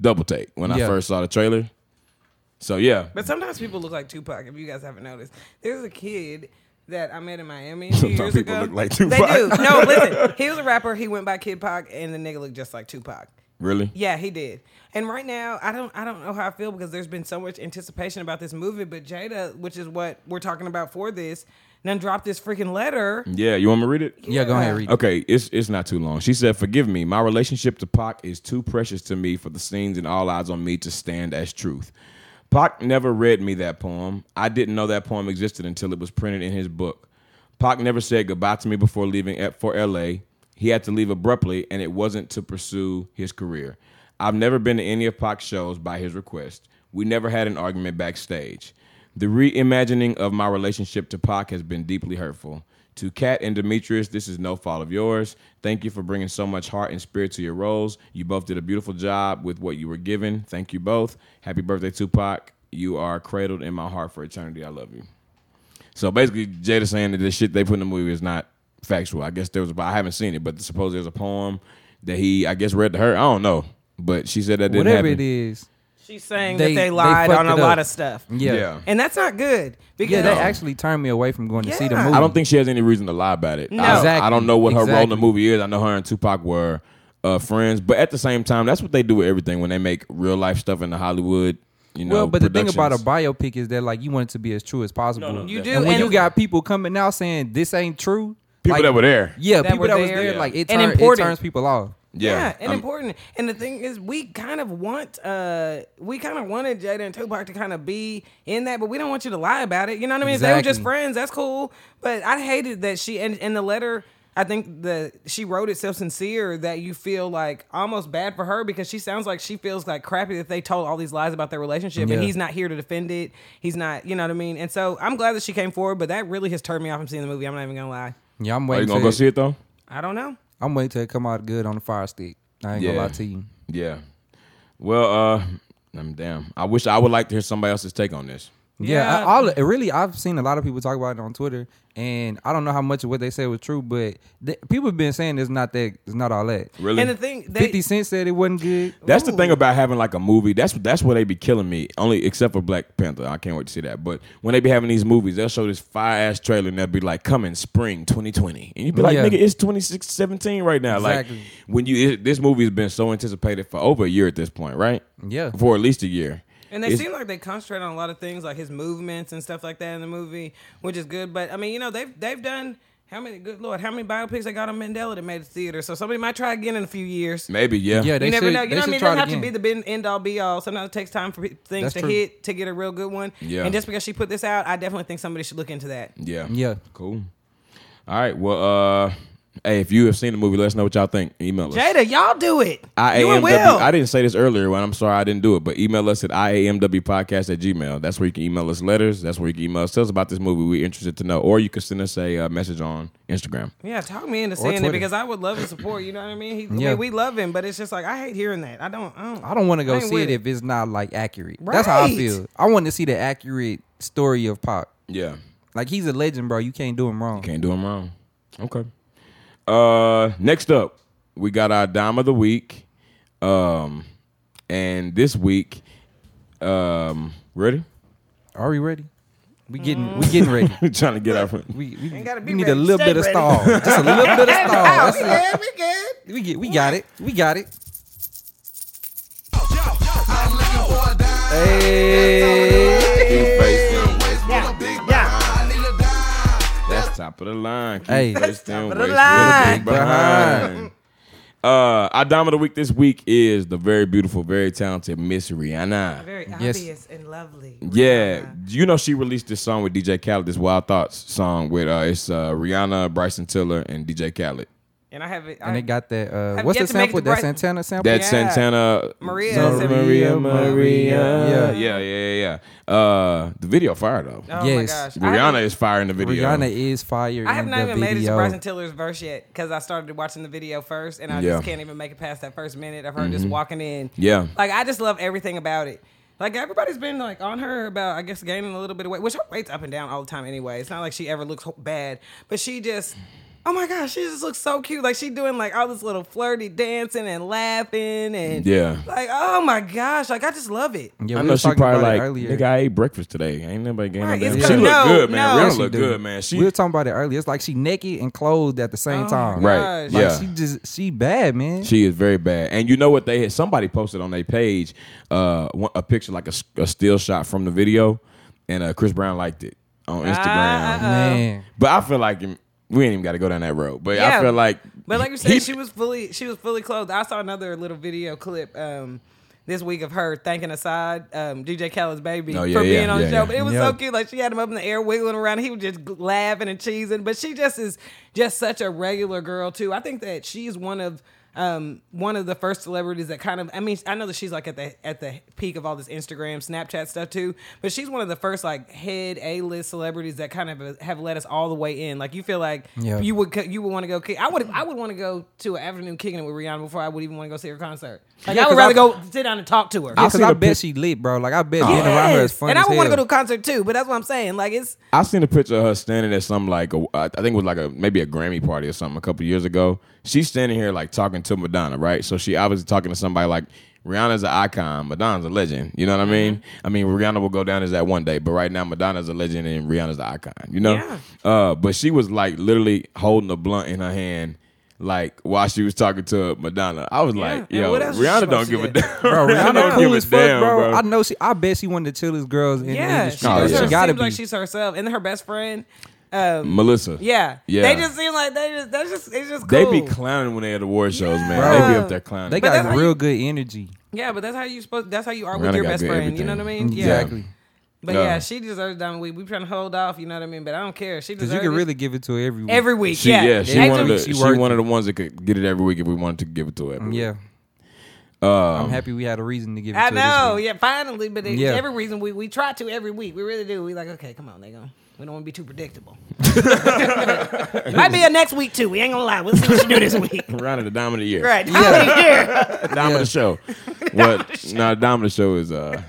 double take when I Yeah. first saw the trailer. So yeah, But sometimes people look like Tupac. If you guys haven't noticed, there's a kid that I met in Miami a few Sometimes years people ago. look like They Tupac. do. No, listen. He was a rapper. He went by Kid Pac, and the nigga looked just like Tupac. really. Yeah, he did. And right now, I don't, I don't know how I feel because there's been so much anticipation about this movie. But Jada, which is what we're talking about for this, done dropped this freaking letter. Yeah, you want me to read it? yeah, go ahead read. it. Okay, it's it's not too long. She said, "Forgive me. My relationship to Pac is too precious to me for the scenes and all eyes on me to stand as truth." Pac never read me that poem. I didn't know that poem existed until it was printed in his book. Pac never said goodbye to me before leaving at- for LA. He had to leave abruptly, and it wasn't to pursue his career. I've never been to any of Pac's shows by his request. We never had an argument backstage. The reimagining of my relationship to Pac has been deeply hurtful. To Kat and Demetrius, this is no fault of yours. Thank you for bringing so much heart and spirit to your roles. You both did a beautiful job with what you were given. Thank you both. Happy birthday, Tupac. You are cradled in my heart for eternity. I love you. So basically, Jada saying that the shit they put in the movie is not factual. I guess there was, I haven't seen it, but suppose there's a poem that he, I guess, read to her. I don't know, but she said that didn't Whatever happen. it is. She's saying that They- they they lied fucked on a it lot up. of stuff, Yeah. Yeah. Yeah, and that's not good. Because that actually turned me away from going to see the Yeah. movie. I don't think she has any reason to lie about it. No. I, Exactly. I don't know what her role in the Exactly. movie is. I know her and Tupac were uh, friends, but at the same time, that's what they do with everything when they make real life stuff in the Hollywood. You know, well, but the thing about a productions. biopic is that like you want it to be as true as possible. no, You And do, and and, when you got people coming out saying this ain't true, people like, that were there, yeah, That people were that was there. there, Yeah. like it, And turn, it important. turns people off. yeah, and I'm- important. And the thing is, we kind of want, uh, we kind of wanted Jada and Tupac to kind of be in that, but we don't want you to lie about it. You know what I mean? If They were just Exactly. friends. That's cool. But I hated that she and in the letter. I think the she wrote it so sincere that you feel like almost bad for her because she sounds like she feels like crappy that they told all these lies about their relationship Yeah. and he's not here to defend it. He's not, you know what I mean. And so I'm glad that she came forward, but that really has turned me off from seeing the movie. I'm not even gonna lie. Yeah, I'm Are Oh, you waiting. gonna to go see it though? I don't know. I'm waiting till it come out good on the fire stick. I ain't Yeah. gonna lie to you. Yeah. Well, uh, I'm damn. I wish I would like to hear somebody else's take on this. Yeah. Yeah, I, all really, I've seen a lot of people talk about it on Twitter, and I don't know how much of what they said was true, but th- people have been saying it's not that, it's not all that. Really, And the thing, they, Fifty Cent said it wasn't good. That's the Ooh. thing about having like a movie. That's that's where they be killing me. Only except for Black Panther, I can't wait to see that. But when they be having these movies, they'll show this fire ass trailer and they'll be like, "Coming spring 2020," and you be like, Yeah. "Nigga, it's 2617 right now." Exactly. Like when you it, this movie has been so anticipated for over a year at this point, right? Yeah. for at least a year. And they It's- seem like they concentrate on a lot of things like his movements and stuff like that in the movie, which is good. But I mean, you know, they've they've done how many good lord, how many biopics they got on Mandela that made it to theater. So somebody might try again in a few years. maybe yeah. Yeah, they you never should, know. They You know what I should mean? It try doesn't it have to again. be the bin end all be all. Sometimes it takes time for pe- things That's to true. hit to get a real good one. Yeah. And just because she put this out, I definitely think somebody should look into that. yeah, Yeah. Cool. All right. Well, uh, hey, if you have seen the movie, let us know what y'all think. Email us. Jada, y'all do it. I you and Will. I didn't say this earlier, and I'm sorry I didn't do it, but email us at iamwpodcast at gmail. That's where you can email us letters. That's where you can email us. Tell us about this movie. We're interested to know. Or you can send us a uh, message on Instagram. yeah, talk me into seeing Twitter. it because I would love to support. You know what I mean? He, I mean, Yeah. we love him, but it's just like I hate hearing that. I don't. I don't, I don't want I to go ain't see with it it. if it's not like accurate. That's how I Right. feel. I want to see the accurate story of Pop. Yeah. Like he's a legend, bro. You can't do him wrong. Can't do them wrong. Okay. Uh, next up, we got our dime of the week. Um, and this week, um, ready? Are we ready? We getting we getting ready. trying to get our We we, Mm. gotta we be need a ready. little Stay bit of ready. stall. Just a little bit of stall. Oh, That's we it. good. We good. We get we got it. We got it. Hey. That's top of the line. Keep Hey. your That's face down, top of the waist with a line. big behind. Uh, our dime of the week this week is the very beautiful, very talented Miss Rihanna. Very Yes. obvious and lovely. Yeah, Rihanna. you know she released this song with DJ Khaled, this Wild Thoughts song with uh, it's uh, Rihanna, Bryson Tiller, and DJ Khaled. And I have it. And I- it got that. Uh, Have what's yet the to make it sample? to That Brighton. Santana sample. That Yeah. Santana, Maria Santa said- Maria, Maria, Yeah. yeah, yeah, yeah, yeah. Uh, the video fire though. Oh Yes. my gosh. I Rihanna is fire in the video. Rihanna is fire. I have in not the even video. made it to Bryson Tiller's verse yet because I started watching the video first, and I Yeah. just can't even make it past that first minute of her just Mm-hmm. walking in. Yeah. like I just love everything about it. Like everybody's been like on her about, I guess gaining a little bit of weight, which her weight's up and down all the time anyway. It's not like she ever looks ho- bad, but she just, oh my gosh, she just looks so cute. Like she doing like all this little flirty dancing and laughing and Yeah. like oh my gosh, like I just love it. Yeah, I we know was she talking probably about it like, earlier. nigga, I ate breakfast today. Ain't nobody getting Right, no damn. it's She kinda- look no, good, man. no. Rihanna Yeah, she look do. good, man. She we were talking about it earlier. It's like she naked and clothed at the same Oh, time. Right. gosh. Yeah. Like she just she bad man. She is very bad. And you know what they had? Somebody posted on their page uh, one- a picture like a, s- a still shot from the video, and uh, Chris Brown liked it on Instagram. Ah. man. But I feel like we ain't even got to go down that road. But I Yeah. feel like, But like you said, he- she was fully she was fully clothed. I saw another little video clip um this week of her thanking aside um, DJ Khaled's baby Oh, yeah, for being yeah, on yeah, the show. yeah. But it was Yeah. so cute. Like she had him up in the air wiggling around. He was just g- laughing and cheesing. But she just is just such a regular girl too. I think that she's one of um, one of the first celebrities that kind of I mean I know that she's like at the at the peak of all this Instagram Snapchat stuff too but she's one of the first like head A list celebrities that kind of uh, have let us all the way in like you feel like Yeah. you would co- you would want to go kick. I would I would want to go to an afternoon kicking it with Rihanna before I would even want to go see her concert. Like Yeah, I would 'cause rather I- go sit down and talk to her. I Yeah, cause seen I a bet pic- she lit, bro. Like I bet being around her is fun. and I as would want to hell. go to a concert too, but that's what I'm saying. Like it's I seen a picture of her standing at some like a, I think it was like a maybe a Grammy party or something a couple years ago. She's standing here like talking to Madonna, right? So she obviously talking to somebody like Rihanna's an icon, Madonna's a legend. You know what I Mm-hmm. mean? I mean Rihanna will go down as that one day, but right now Madonna's a legend and Rihanna's the icon. You know? Yeah. Uh, but she was like literally holding a blunt in her hand. Like while she was talking to Madonna, I was like, and "Yo, what else is she Rihanna don't supposed to give a do? damn." Bro, Rihanna Rihanna don't cool give a as fuck, damn, bro. I know she. I bet she one of the chillest girls in the yeah, she, industry. Oh, bro. yeah. She, She gotta seems be. like she's herself and her best friend. Melissa. Yeah, Yeah. They just seem like they just that's just it's just They cool. be clowning when they at award shows, man. They be Yeah. up there clowning. they But that's got how real you- good energy. yeah, but that's how you supposed. That's how you are Rihanna with your got best good friend. You know what I everything. mean? Yeah. Exactly. But Yeah. yeah. she deserves diamond week. We trying to hold off. You know what I mean? But I don't care. She Because deserves you can it really give it to her every week. every week. She, yeah, yeah. she Every one of the week. she, she worked one of the ones that could get it every week if we wanted to give it to her. Every week. Yeah. Um, I'm happy we had a reason to give it I to her. know, yeah. Finally, but it, Yeah. every reason we we try to every week, we really do. We like, okay, come on, they go. We don't want to be too predictable. Might be a next week too. We ain't gonna lie. We'll see what you do this week. Rihanna, the dime of the year, Right? The dime of Yeah. the show. What? No, the dime of the show is uh,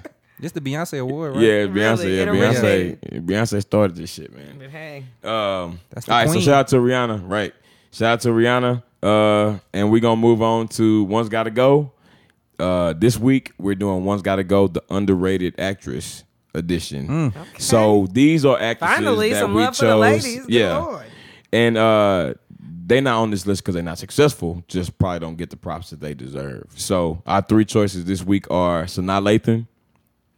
Just the Beyonce award, right? yeah, it's Beyonce, Really, yeah, it Beyonce, originated. Beyonce started this shit, man. But hey, Um, That's the all right, so queen. shout out to Rihanna, right? Shout out to Rihanna, uh, and we gonna move on to one's gotta go. Uh, this week we're doing one's gotta go, the underrated actress edition. Mm. So these are actresses finally, that some we love chose. for the ladies. Good Yeah, Lord. and uh they not on this list because they're not successful. Just probably don't get the props that they deserve. So our three choices this week are Sanaa Lathan,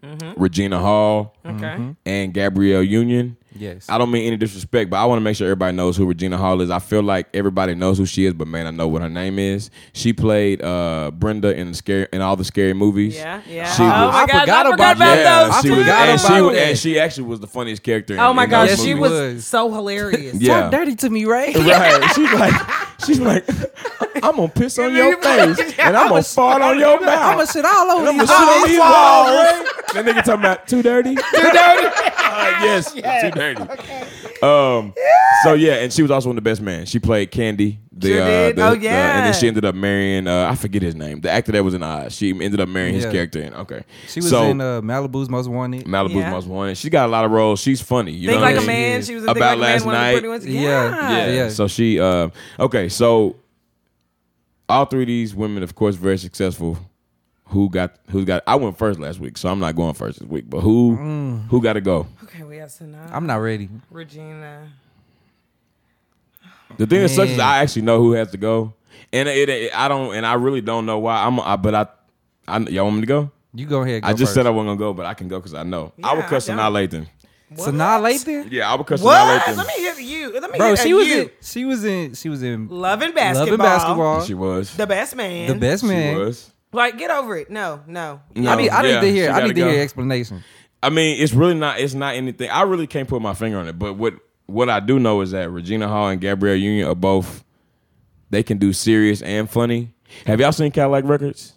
Mm-hmm. Regina Hall, Okay. and Gabrielle Union. Yes. I don't mean any disrespect, but I want to make sure everybody knows who Regina Hall is. I feel like everybody knows who she is, but man, I know what her name is. She played uh, Brenda in the scary in all the scary movies. Yeah, yeah. She oh was- my I God, forgot I about forgot about that. those she two. was, forgot and she about was, that. and she actually was the funniest character. in- oh my in those gosh, Yes, she movies. was, was. so hilarious. Yeah. Talk dirty to me, right? Right. She's like, she's like, I'm gonna piss on your face and I'm gonna fart on your I'm gonna mouth. sit all over I'm you. gonna shit on these walls. That nigga talking about too dirty, too dirty. yes, too dirty. Um. So yeah, and she was also in the Best Man. She played Candy. The, uh, Sure did. the- Oh, the- and yeah. then she ended up marrying. Uh, I forget his name. The actor that was in Oz. She ended up marrying his Yeah. character. In, okay. She was so, in uh, Malibu's Most Wanted. Malibu's Yeah. Most Wanted. She got a lot of roles. She's funny. You Think know what like I a mean? man. is. She was in Think Like About a Man, Last one of the Night. pretty ones. Yeah. Yeah. Yeah. Oh, Yeah. So she uh okay, so all three of these women, of course, very successful. Who got who got I went first last week, so I'm not going first this week, but who Mm. who gotta go? Okay, we have Sanaa, I'm not ready. Regina. The thing that sucks is Man. I actually know who has to go. And it, it- I don't and I really don't know why. I'm I, but I I y'all want me to go? You go ahead. Go I just first. said I wasn't gonna go, but I can go because I know. I would Yeah, cut I Sanaa Lathan. What? Sanaa Lathan. Yeah, I would cut Sanaa What? Lathan. Let me hit you. Let me Bro, hit she you. was in. She was in. She was in. loving Love basketball. and basketball. She was. The best man. The best man. She was. Like, get over it. No, no. No, I need. I yeah, need to hear. she I gotta need to go. hear explanation. I mean, it's really not. It's not anything. I really can't put my finger on it. But what what I do know is that Regina Hall and Gabrielle Union are both. They can do serious and funny. Have y'all seen Cadillac Records?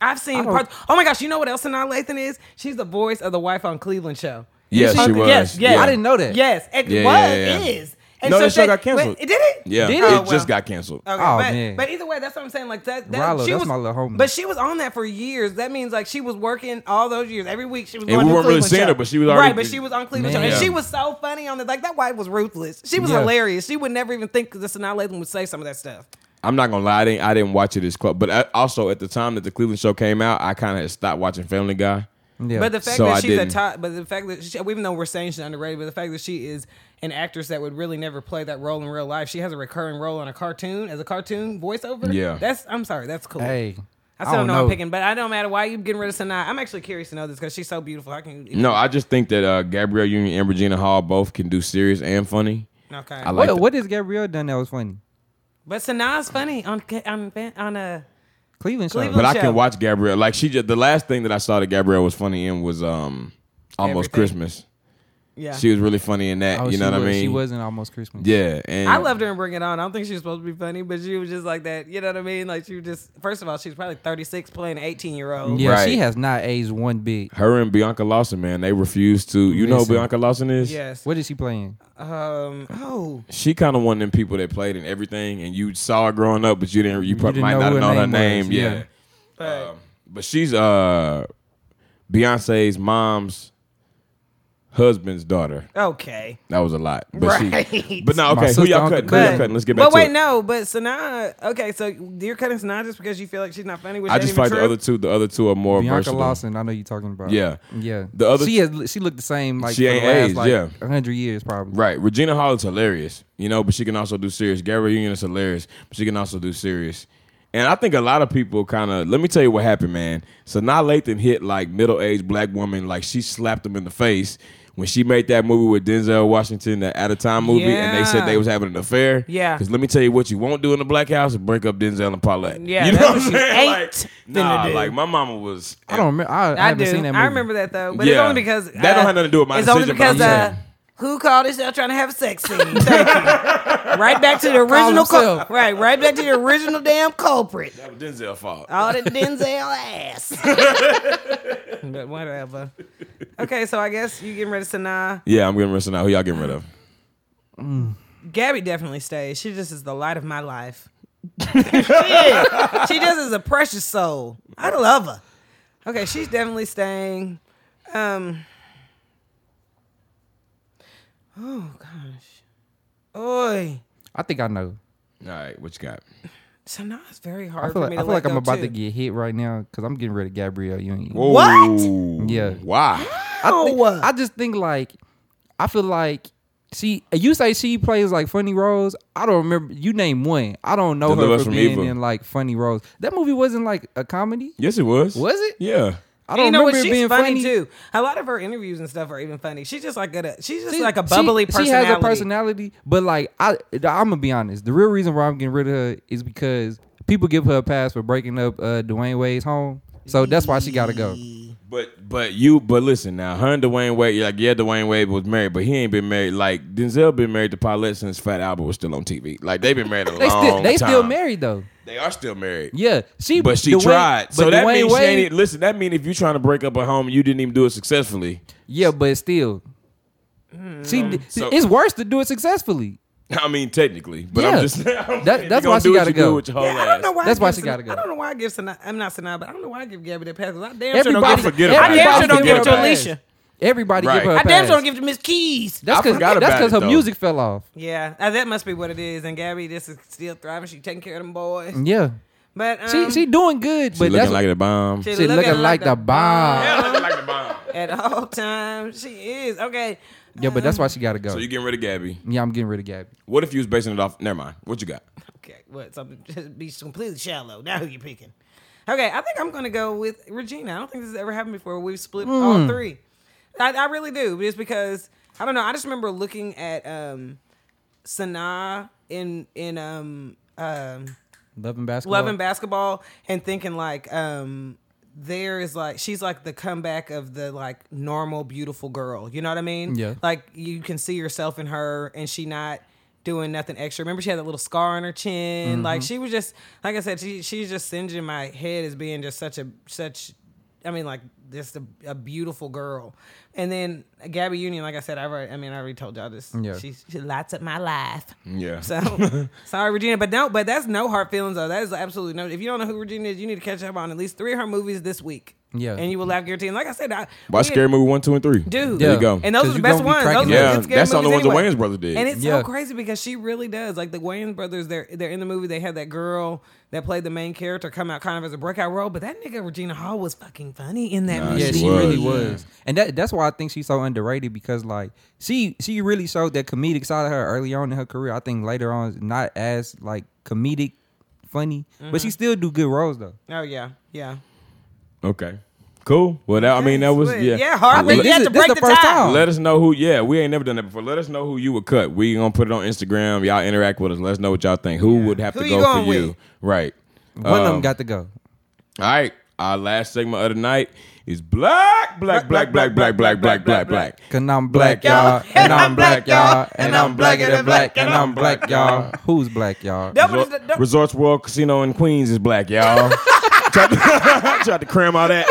I've seen don't- parts. Oh my gosh, you know what else Sanaa Lathan is? She's the voice of the wife on Cleveland show. Yes, She's- she was. Yes, yes. Yeah. I didn't know that. Yes, it Yeah, was yeah, yeah. is. And No, that show they- got canceled. wait, Did it? Yeah, Did it, it? Oh, well. just got canceled. Okay, Oh, but, man. but either way, that's what I'm saying. Like that, that Rallo, she that's was, my little homie. But she was on that for years. That means like she was working all those years. Every week she was. And going we to weren't really Cleveland seeing show. her, but she was already- right. But she was on Cleveland Man. show, and Yeah. she was so funny on it. Like that wife was ruthless. She was Yeah. hilarious. She would never even think that Sanaa Lathan would say some of that stuff. I'm not gonna lie, I didn't, I didn't watch it as close. But I, also at the time that the Cleveland show came out, I kind of stopped watching Family Guy. Yeah. But the fact So that I she's a didn't. top, but the fact that she, even though we're saying she's underrated, but the fact that she is an actress that would really never play that role in real life, she has a recurring role on a cartoon as a cartoon voiceover. Yeah. that's I'm sorry, that's cool. hey, I still don't know, I'm picking, but I don't matter why you getting rid of Sanaa. I'm actually curious to know this because she's so beautiful. I can No, I just think that uh, Gabrielle Union and Regina Hall both can do serious and funny. okay, I like. What, that. what has Gabrielle done that was funny? but Sanaa's funny on on on a Cleveland. show. Cleveland- But I show. can watch Gabrielle. Like she just the last thing that I saw that Gabrielle was funny in was um almost Everything. Christmas. yeah. She was really funny in that. Oh, you know she what I was- mean? She wasn't almost Christmas. Yeah, and I loved her in Bring It On. I don't think she was supposed to be funny, but she was just like that. You know what I mean? Like she was just first of all, she's probably 36 playing an 18 year old. Yeah, Right. she has not aged one bit. her and Bianca Lawson. Man, they refused to. You know who Listen. Bianca Lawson is? Yes. What is she playing? Um. Oh. She kind of one of them people that played in everything, and you saw her growing up, but you didn't. You probably didn't might know not who have her known her name was, name. yeah. Yeah. Um, but she's uh Beyonce's mom's husband's daughter. Okay. That was a lot, but she. Right. But now, My okay, who sister, y'all Uncle cutting? Who y'all Cutting. cutting? Let's get back But to wait, it. no. But Sanaa. Okay, so you're cutting Sanaa just because you feel like she's not funny. Which I just ain't feel even like true. the other two, the other two are more Bianca versatile. Lawson. I know you're talking about. Yeah. yeah. The other- she has. She looked the same. Like She for the ain't last, aged, Like, yeah. hundred years probably. Right, Regina Hall is hilarious, you know, but she can also do serious. Gabrielle Union is hilarious, but she can also do serious. And I think a lot of people kind of let me tell you what happened, man. So now Lathan hit like middle aged black woman, like she slapped him in the face when she made that movie with Denzel Washington, the Out of Time movie, and they said Yeah. they was having an affair. Yeah. because let me tell you what you won't do in the black house is break up Denzel and Paulette. Yeah, you know that's what I'm what you saying? ain't like, nah, finna do. like my mama was. I don't remember. I, I, I, haven't do. seen that movie. I remember that though, but it's Yeah. only because That don't have nothing to do with my It's only decision, but because I'm uh, saying. who called himself trying to have a sex scene? Thank you. Right back to the original, cul- himself. right? Right back to the original damn culprit. That was Denzel fault. All the Denzel ass. but whatever. Okay, so I guess you getting rid of Sanaa. yeah, I'm getting rid of now. Who y'all getting rid of? Gabby definitely stays. She just is the light of my life. Shit. She just is a precious soul. I love her. Okay, she's definitely staying. Um. Oh gosh. Oi. I think I know. All right, what you got? So now it's very I hard feel for like, me I to feel let like I'm go, about too. to get hit right now because I'm getting rid of Gabrielle Union. What? Yeah. Why? I, think, No. I just think like I feel like she. You say she plays like funny roles. I don't remember. You name one. I don't know Deliver her Us for from being Evil. in like funny roles. That movie wasn't like a comedy. Yes, it was. Was it? Yeah. I And don't you know remember what? it She's being funny, too. A lot of her interviews and stuff are even funny. She's just like a she's just She- like a bubbly she, personality. She has a personality, but like I, I'm gonna be honest. The real reason why I'm getting rid of her is because people give her a pass for breaking up uh, Dwayne Wade's home. So that's why she gotta go. But but you but listen now, her and Dwayne Wade, like yeah, Dwayne Wade was married, but he ain't been married. Like Denzel been married to Paulette since Fat Albert was still on TV. Like they've been married a They long still, they time. still married though. They are still married. Yeah, she. But she Dwayne- tried. but So that Dwayne means she Wade- ain't listen, that means if you're trying to break up a home and you didn't even do it successfully. Yeah, but still, she. Mm. so- it's worse to do it successfully. I mean technically. But Yeah. I'm just I'm That- saying, that's you gonna why she do what gotta you do go. with your whole Yeah, I don't ass. know why. That's I why give she gotta go. I don't know why I give Sanaa. I'm not Sanaa, but I don't know why I give Gabby that pass. I damn sure don't Everybody give. forget it- about I damn it. sure Everybody don't give it to forget about it. Alicia. Everybody Right. give her a I pass. damn sure don't give it to Miss Keys. that's I because forgot about it, her though. music fell off. Yeah, uh, that must be what it is. And Gabby, this is still thriving. She taking care of them boys. Yeah, But um, Mm. she she doing good, She but that's looking like the bomb. she she looking like the bomb. Yeah, looking like the bomb. at all times. She is okay. yeah, but that's why she gotta go. So you getting rid of Gabby. yeah, I'm getting rid of Gabby. What if you was basing it off never mind. What you got? Okay, what? Something just be completely shallow. Now who you picking? Okay, I think I'm gonna go with Regina. I don't think this has ever happened before. We've split all three. I, I really do, just because I don't know. I just remember looking at um, Sanaa in in um, um, Loving basketball. loving basketball and thinking like um there is like she's like the comeback of the like normal beautiful girl you know what i mean Yeah. like you can see yourself in her and she not doing nothing extra remember she had that little scar on her chin Mm-hmm. like she was just like i said she, she's just singeing my head as being just such a such i mean like just a, a beautiful girl and then gabby union like i said i've already, i mean i already told y'all this Yeah. she, she lights up my life Yeah. so sorry, Regina, but no, but that's no hard feelings though. That is absolutely no. If you don't know who Regina is, you need to catch up on at least three of her movies this week. Yeah. and you will laugh guaranteed. And like I said, I, Watch we- Scary Movie one, two, and three. Dude, there Yeah. you go. and those 'Cause are the you best gonna be ones. Those cracking are the up. yeah, good scary that's the only movies ones the anyway. Wayans brother did. And it's Yeah. so crazy because she really does. Like the Wayans brothers, they're they're in the movie. They had that girl that played the main character come out kind of as a breakout role, but that nigga Regina Hall was fucking funny in that movie. Yeah, She Oh, she really was. was, and that that's why I think she's so underrated because like she she really showed that comedic side of her early on in her career. I think later on is not as like comedic funny, but she still do good roles though. Oh yeah, yeah. okay, cool. Well, that, I mean, that was Sweet. yeah, yeah. Hard. Let, You this had is- to this break the the first tie. time. let us know who. Yeah, we ain't never done that before. Let us know who you would cut. We gonna put it on Instagram. Y'all interact with us. Let us know what y'all think. Who would have Who to you go going for you? with? Right. One of Um, them got to go. All right. Our last segment of the night is black, black, black, black, black, black, black, black, black. Cause I'm black, Black, y'all, y'all. and I'm black, y'all, and I'm blacker than black, and I'm black, y'all. Who's black, y'all? That was the- Resor- Resorts World Casino in Queens is black, y'all. tried, to, tried to cram all that.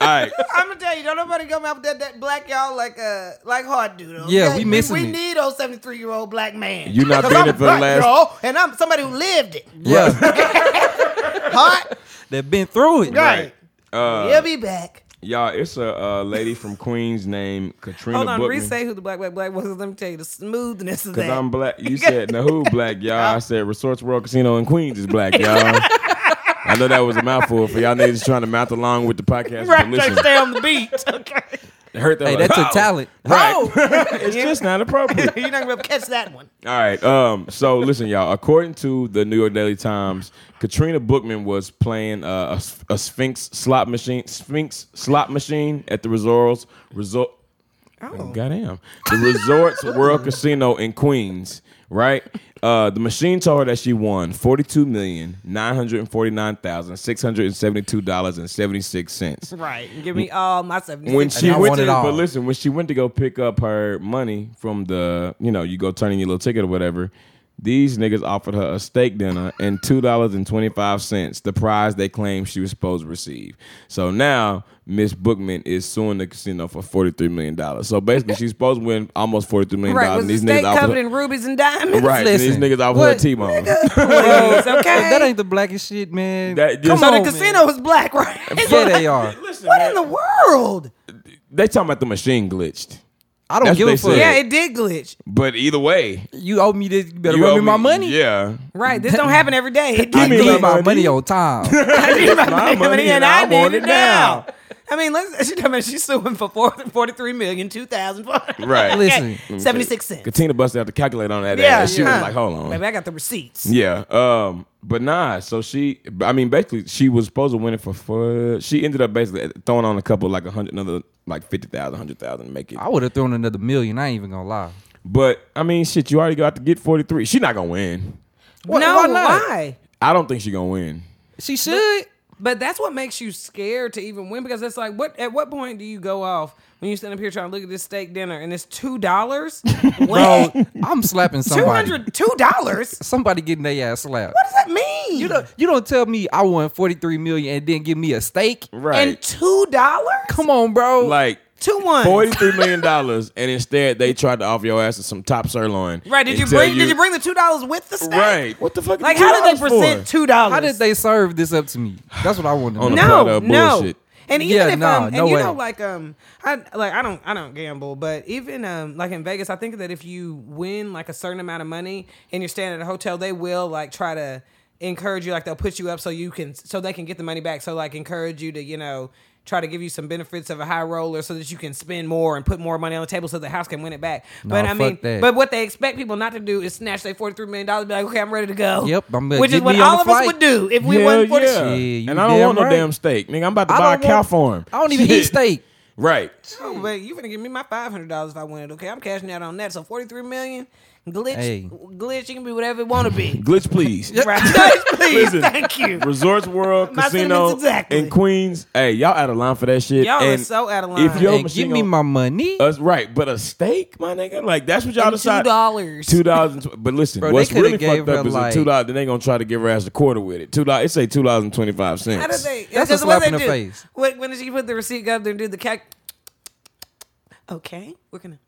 All right. I'm gonna tell you, don't nobody come out with that, that black y'all like uh like hard dude. okay? Yeah, we missing We, it. need old 73 year old black man. You not 'Cause been I'm it for the black, last- y'all, and I'm somebody who lived it. Yeah, Hot, they've been through it. right? Uh, He'll be back. Y'all, it's a uh, lady from Queens named Katrina Hold on, Bookman. re say who the black black black was. 'cause Let me tell you the smoothness of Cause that. I'm black. You said now who black, y'all. I said Resorts World Casino in Queens is black, y'all. I know that was a mouthful for y'all niggas trying to mouth along with the podcast. but right, listen, just stay on the beat. Okay, it hurt that. Hey, like, that's a "Oh." talent. Right. it's just not appropriate. you're not gonna be able to catch that one. All right. Um. So listen, y'all. According to the New York Daily Times, Katrina Bookman was playing uh, a, s- a Sphinx slot machine. Sphinx slot machine at the resorts. Resort. Oh. Goddamn. The Resorts World Casino in Queens. Right. Uh, the machine told her that she won forty two million nine hundred forty nine thousand six hundred and seventy two dollars and seventy six cents Right, give me all my 76. when she I went want to, it all. but listen, when she went to go pick up her money from the, you know, you go turning your little ticket or whatever, these niggas offered her a steak dinner and two dollars and twenty five cents, the prize they claimed she was supposed to receive. So now Miss Bookman is suing the casino for forty three million dollars. So basically, she's supposed to win almost forty three million right, dollars, was and the these steak niggas offered covered her, in rubies and diamonds? right, and these Listen, niggas offered her what- T bone. Please, okay. That ain't the blackest shit, man. That Come just- so on, the man. casino was black, right? Yeah, they are. What in the world? They talking about the machine glitched, I don't That's give what they a fuck. said. Yeah, it did glitch. but either way, You owe me this. You better you run owe me my money. Yeah, Right, this don't happen every day. It I Give me did need my money. my money. on time. I need my my money, money and, and I I, want need it it now. I mean, let's, she, I mean, she's suing for four- 43 million, 2,000, right. Listen, 76 cents. Katina busted out the calculator on that Yeah, ass. She yeah. was like, hold on. Baby, I got the receipts. Yeah. Um, but nah, so she I mean basically she was supposed to win it for four she ended up basically throwing on a couple like a hundred another like fifty thousand, hundred thousand to make it. Oh. I would have thrown another million. I ain't even gonna lie. But I mean shit, you already got to get forty three. She not gonna win. Why- no, why not? why? I don't think she gonna win. She should. But that's what makes you scared to even win because it's like, what? At what point do you go off when you stand up here trying to look at this steak dinner and it's two dollars? Bro, I'm slapping Two somebody. hundred two dollars. Somebody getting their ass slapped. What does that mean? You don't, you don't tell me I won 43 million and then give me a steak. Right. and two dollars? Come on, bro. like Two ones. forty three million dollars and instead they tried to offer your ass some top sirloin. Right? Did and you tell bring? did you bring the two dollars with the steak? Right. What the fuck is Like, how did they $2 for? present two dollars? How did they serve this up to me? That's what I want to On know. the- No, product no. bullshit. And even Yeah, if nah, um, and no you way. know, like um, I like I don't I don't gamble, but even um, like in Vegas, I think that if you win like a certain amount of money and you're staying at a hotel, they will like try to encourage you, like they'll put you up so you can so they can get the money back. So like encourage you to you know try to give you some benefits of a high roller so that you can spend more and put more money on the table so the house can win it back. but I fuck mean, that. but what they expect people not to do is snatch their forty three million dollars, be like, okay, I'm ready to go. Yep, I'm gonna which is get what me on all the of us flight. would do if we Hell won forty. yeah. Yeah, you and I don't damn want no right. damn steak. Nigga, I'm about to I buy a don't cow want- farm. I don't even Shit. eat steak. Right. Oh, but you finna give me my five hundred dollars if I win it. Okay, I'm cashing out on that. So forty three million glitch, Hey. glitch. You can be whatever it wanna be. Glitch, please. right, Glitch, please. Listen. Thank you. Resorts World My Casino sentiments exactly. in Queens. Hey, y'all out of line for that shit. Y'all and are so out of line. If your Hey, machine give me gon- my money. us right, but a steak, my nigga. Like that's what y'all And decide. $2. Two dollars. and tw- But listen, Bro, they what's coulda really gave fucked up her, is like- a two dollars. Then they gonna try to give her ass a quarter with it. Two dollars. It say two dollars and twenty five cents. How did they? That's a because what slap in they the do- face. When, when did you put the receipt up there and do the calc? Okay, we're gonna.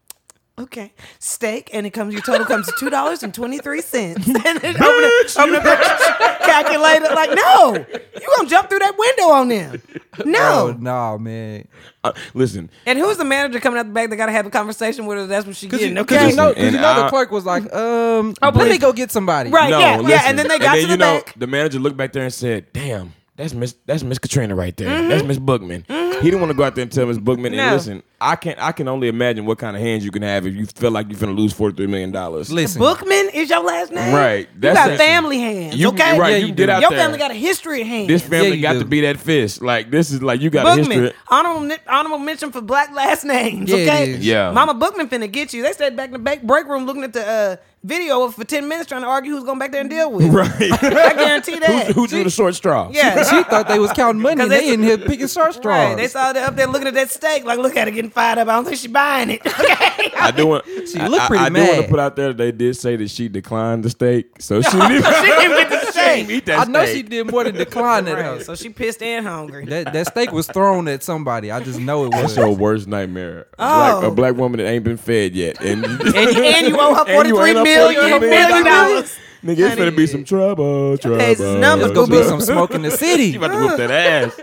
Okay, steak, and it comes. Your total comes to two dollars and twenty three cents. And then open it, open it, calculator. Like, no, you gonna jump through that window on them? Oh, No. no, man. Uh, listen, And who's the manager coming out the back that got to have a conversation with her? That's what she Because getting. you, 'cause Okay, you know, 'cause And you know the I- Oh, clerk was like, um, let please. me go get somebody. Right. no, yeah, listen. yeah, and then they got to you the know, back. The manager looked back there and said, "Damn, that's Miss, that's Miss Katrina right there. That's Miss Bookman." He didn't want to go out there and tell Miss Bookman. Mm-hmm. No. And listen, I can I can only imagine what kind of hands you can have if you feel like you're gonna lose forty three million dollars. Listen, Bookman is your last name, Right, You that's got it. family hands. You okay, can, right, Yeah, you you can get do. out your there. family got a history of hands. this family Yeah, you got do. to be that fist. Like this is like you got a Bookman, history. honorable ni- honorable mention for black last names. Yeah, it okay, is. Yeah. Mama Bookman finna get you. They stayed back in the back break room looking at the uh, video for ten minutes trying to argue who's going back there and deal with. it. Right. I guarantee that. Who drew the short straw? yeah, she thought they was counting money. 'Cause and They they- in here picking star straws. right. They saw that up there looking at that steak. Like, look at it getting fired up. I don't think she buying it. Okay, I do want. She I- looked I, pretty I do want to mad. put out there. They did say that she declined the steak, so she didn't, she didn't get the she steak. didn't eat that I know steak. she did more than decline it. Right, Right. so she pissed and hungry. That that steak was thrown at somebody. I just know it That's was. your worst nightmare. A, black, Oh. a black woman that ain't been fed yet, and and, and you owe her And forty you three ain't up million $43 million dollars. Nigga, it's gonna be some trouble. Trouble. pays his numbers, It's gonna be trouble. some smoke in the city. She about to whoop that ass.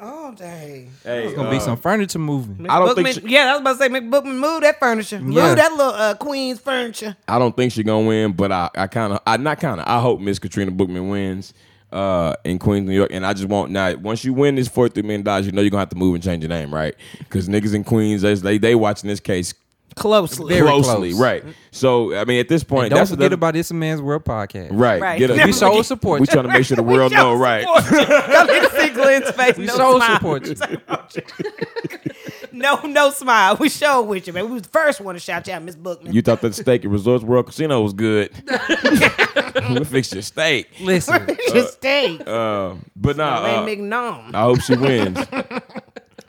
Oh dang. Hey, It's gonna be some furniture moving. I don't Bookman, think she, yeah, I was about to say, Mick Bookman, move that furniture, Yeah. move that little uh, Queen's furniture. I don't think she gonna win, but I, I kind of, I not kind of, I hope Miss Katrina Bookman wins uh, in Queens, New York. And I just want now, once you win this forty three million dollars, you know you're gonna have to move and change your name, right? Because niggas in Queens, they, they they watching this case Closely, Very closely, close. right? So I mean, at this point, Don't that's forget another- about It's a Man's World podcast. right. Right. Get a- We We show support. We trying to make sure the world know, right? Y'all need to see Glenn's face. We no show smile. support you. No, no smile. We show with you, man. We was the first one to shout you out, Miss Bookman. You thought that steak at Resorts World Casino was good. we fixed your steak. Listen, just stay. Uh, but nah, uh, Wayne McNaughton. I hope she wins.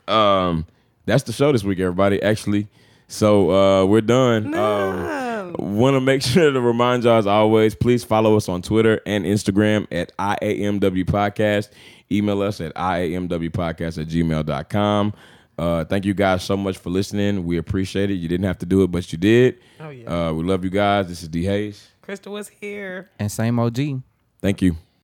um, that's the show this week, everybody. Actually, so uh, we're done. Um, Want to make sure to remind y'all as always. Please follow us on Twitter and Instagram at IAMW Podcast. Email us at IAMWpodcast at gmail.com. Uh, thank you guys so much for listening. We appreciate it. You didn't have to do it, but you did. Oh, yeah. Uh, we love you guys. This is D Hayes. Crystal was here. and same OG. Thank you.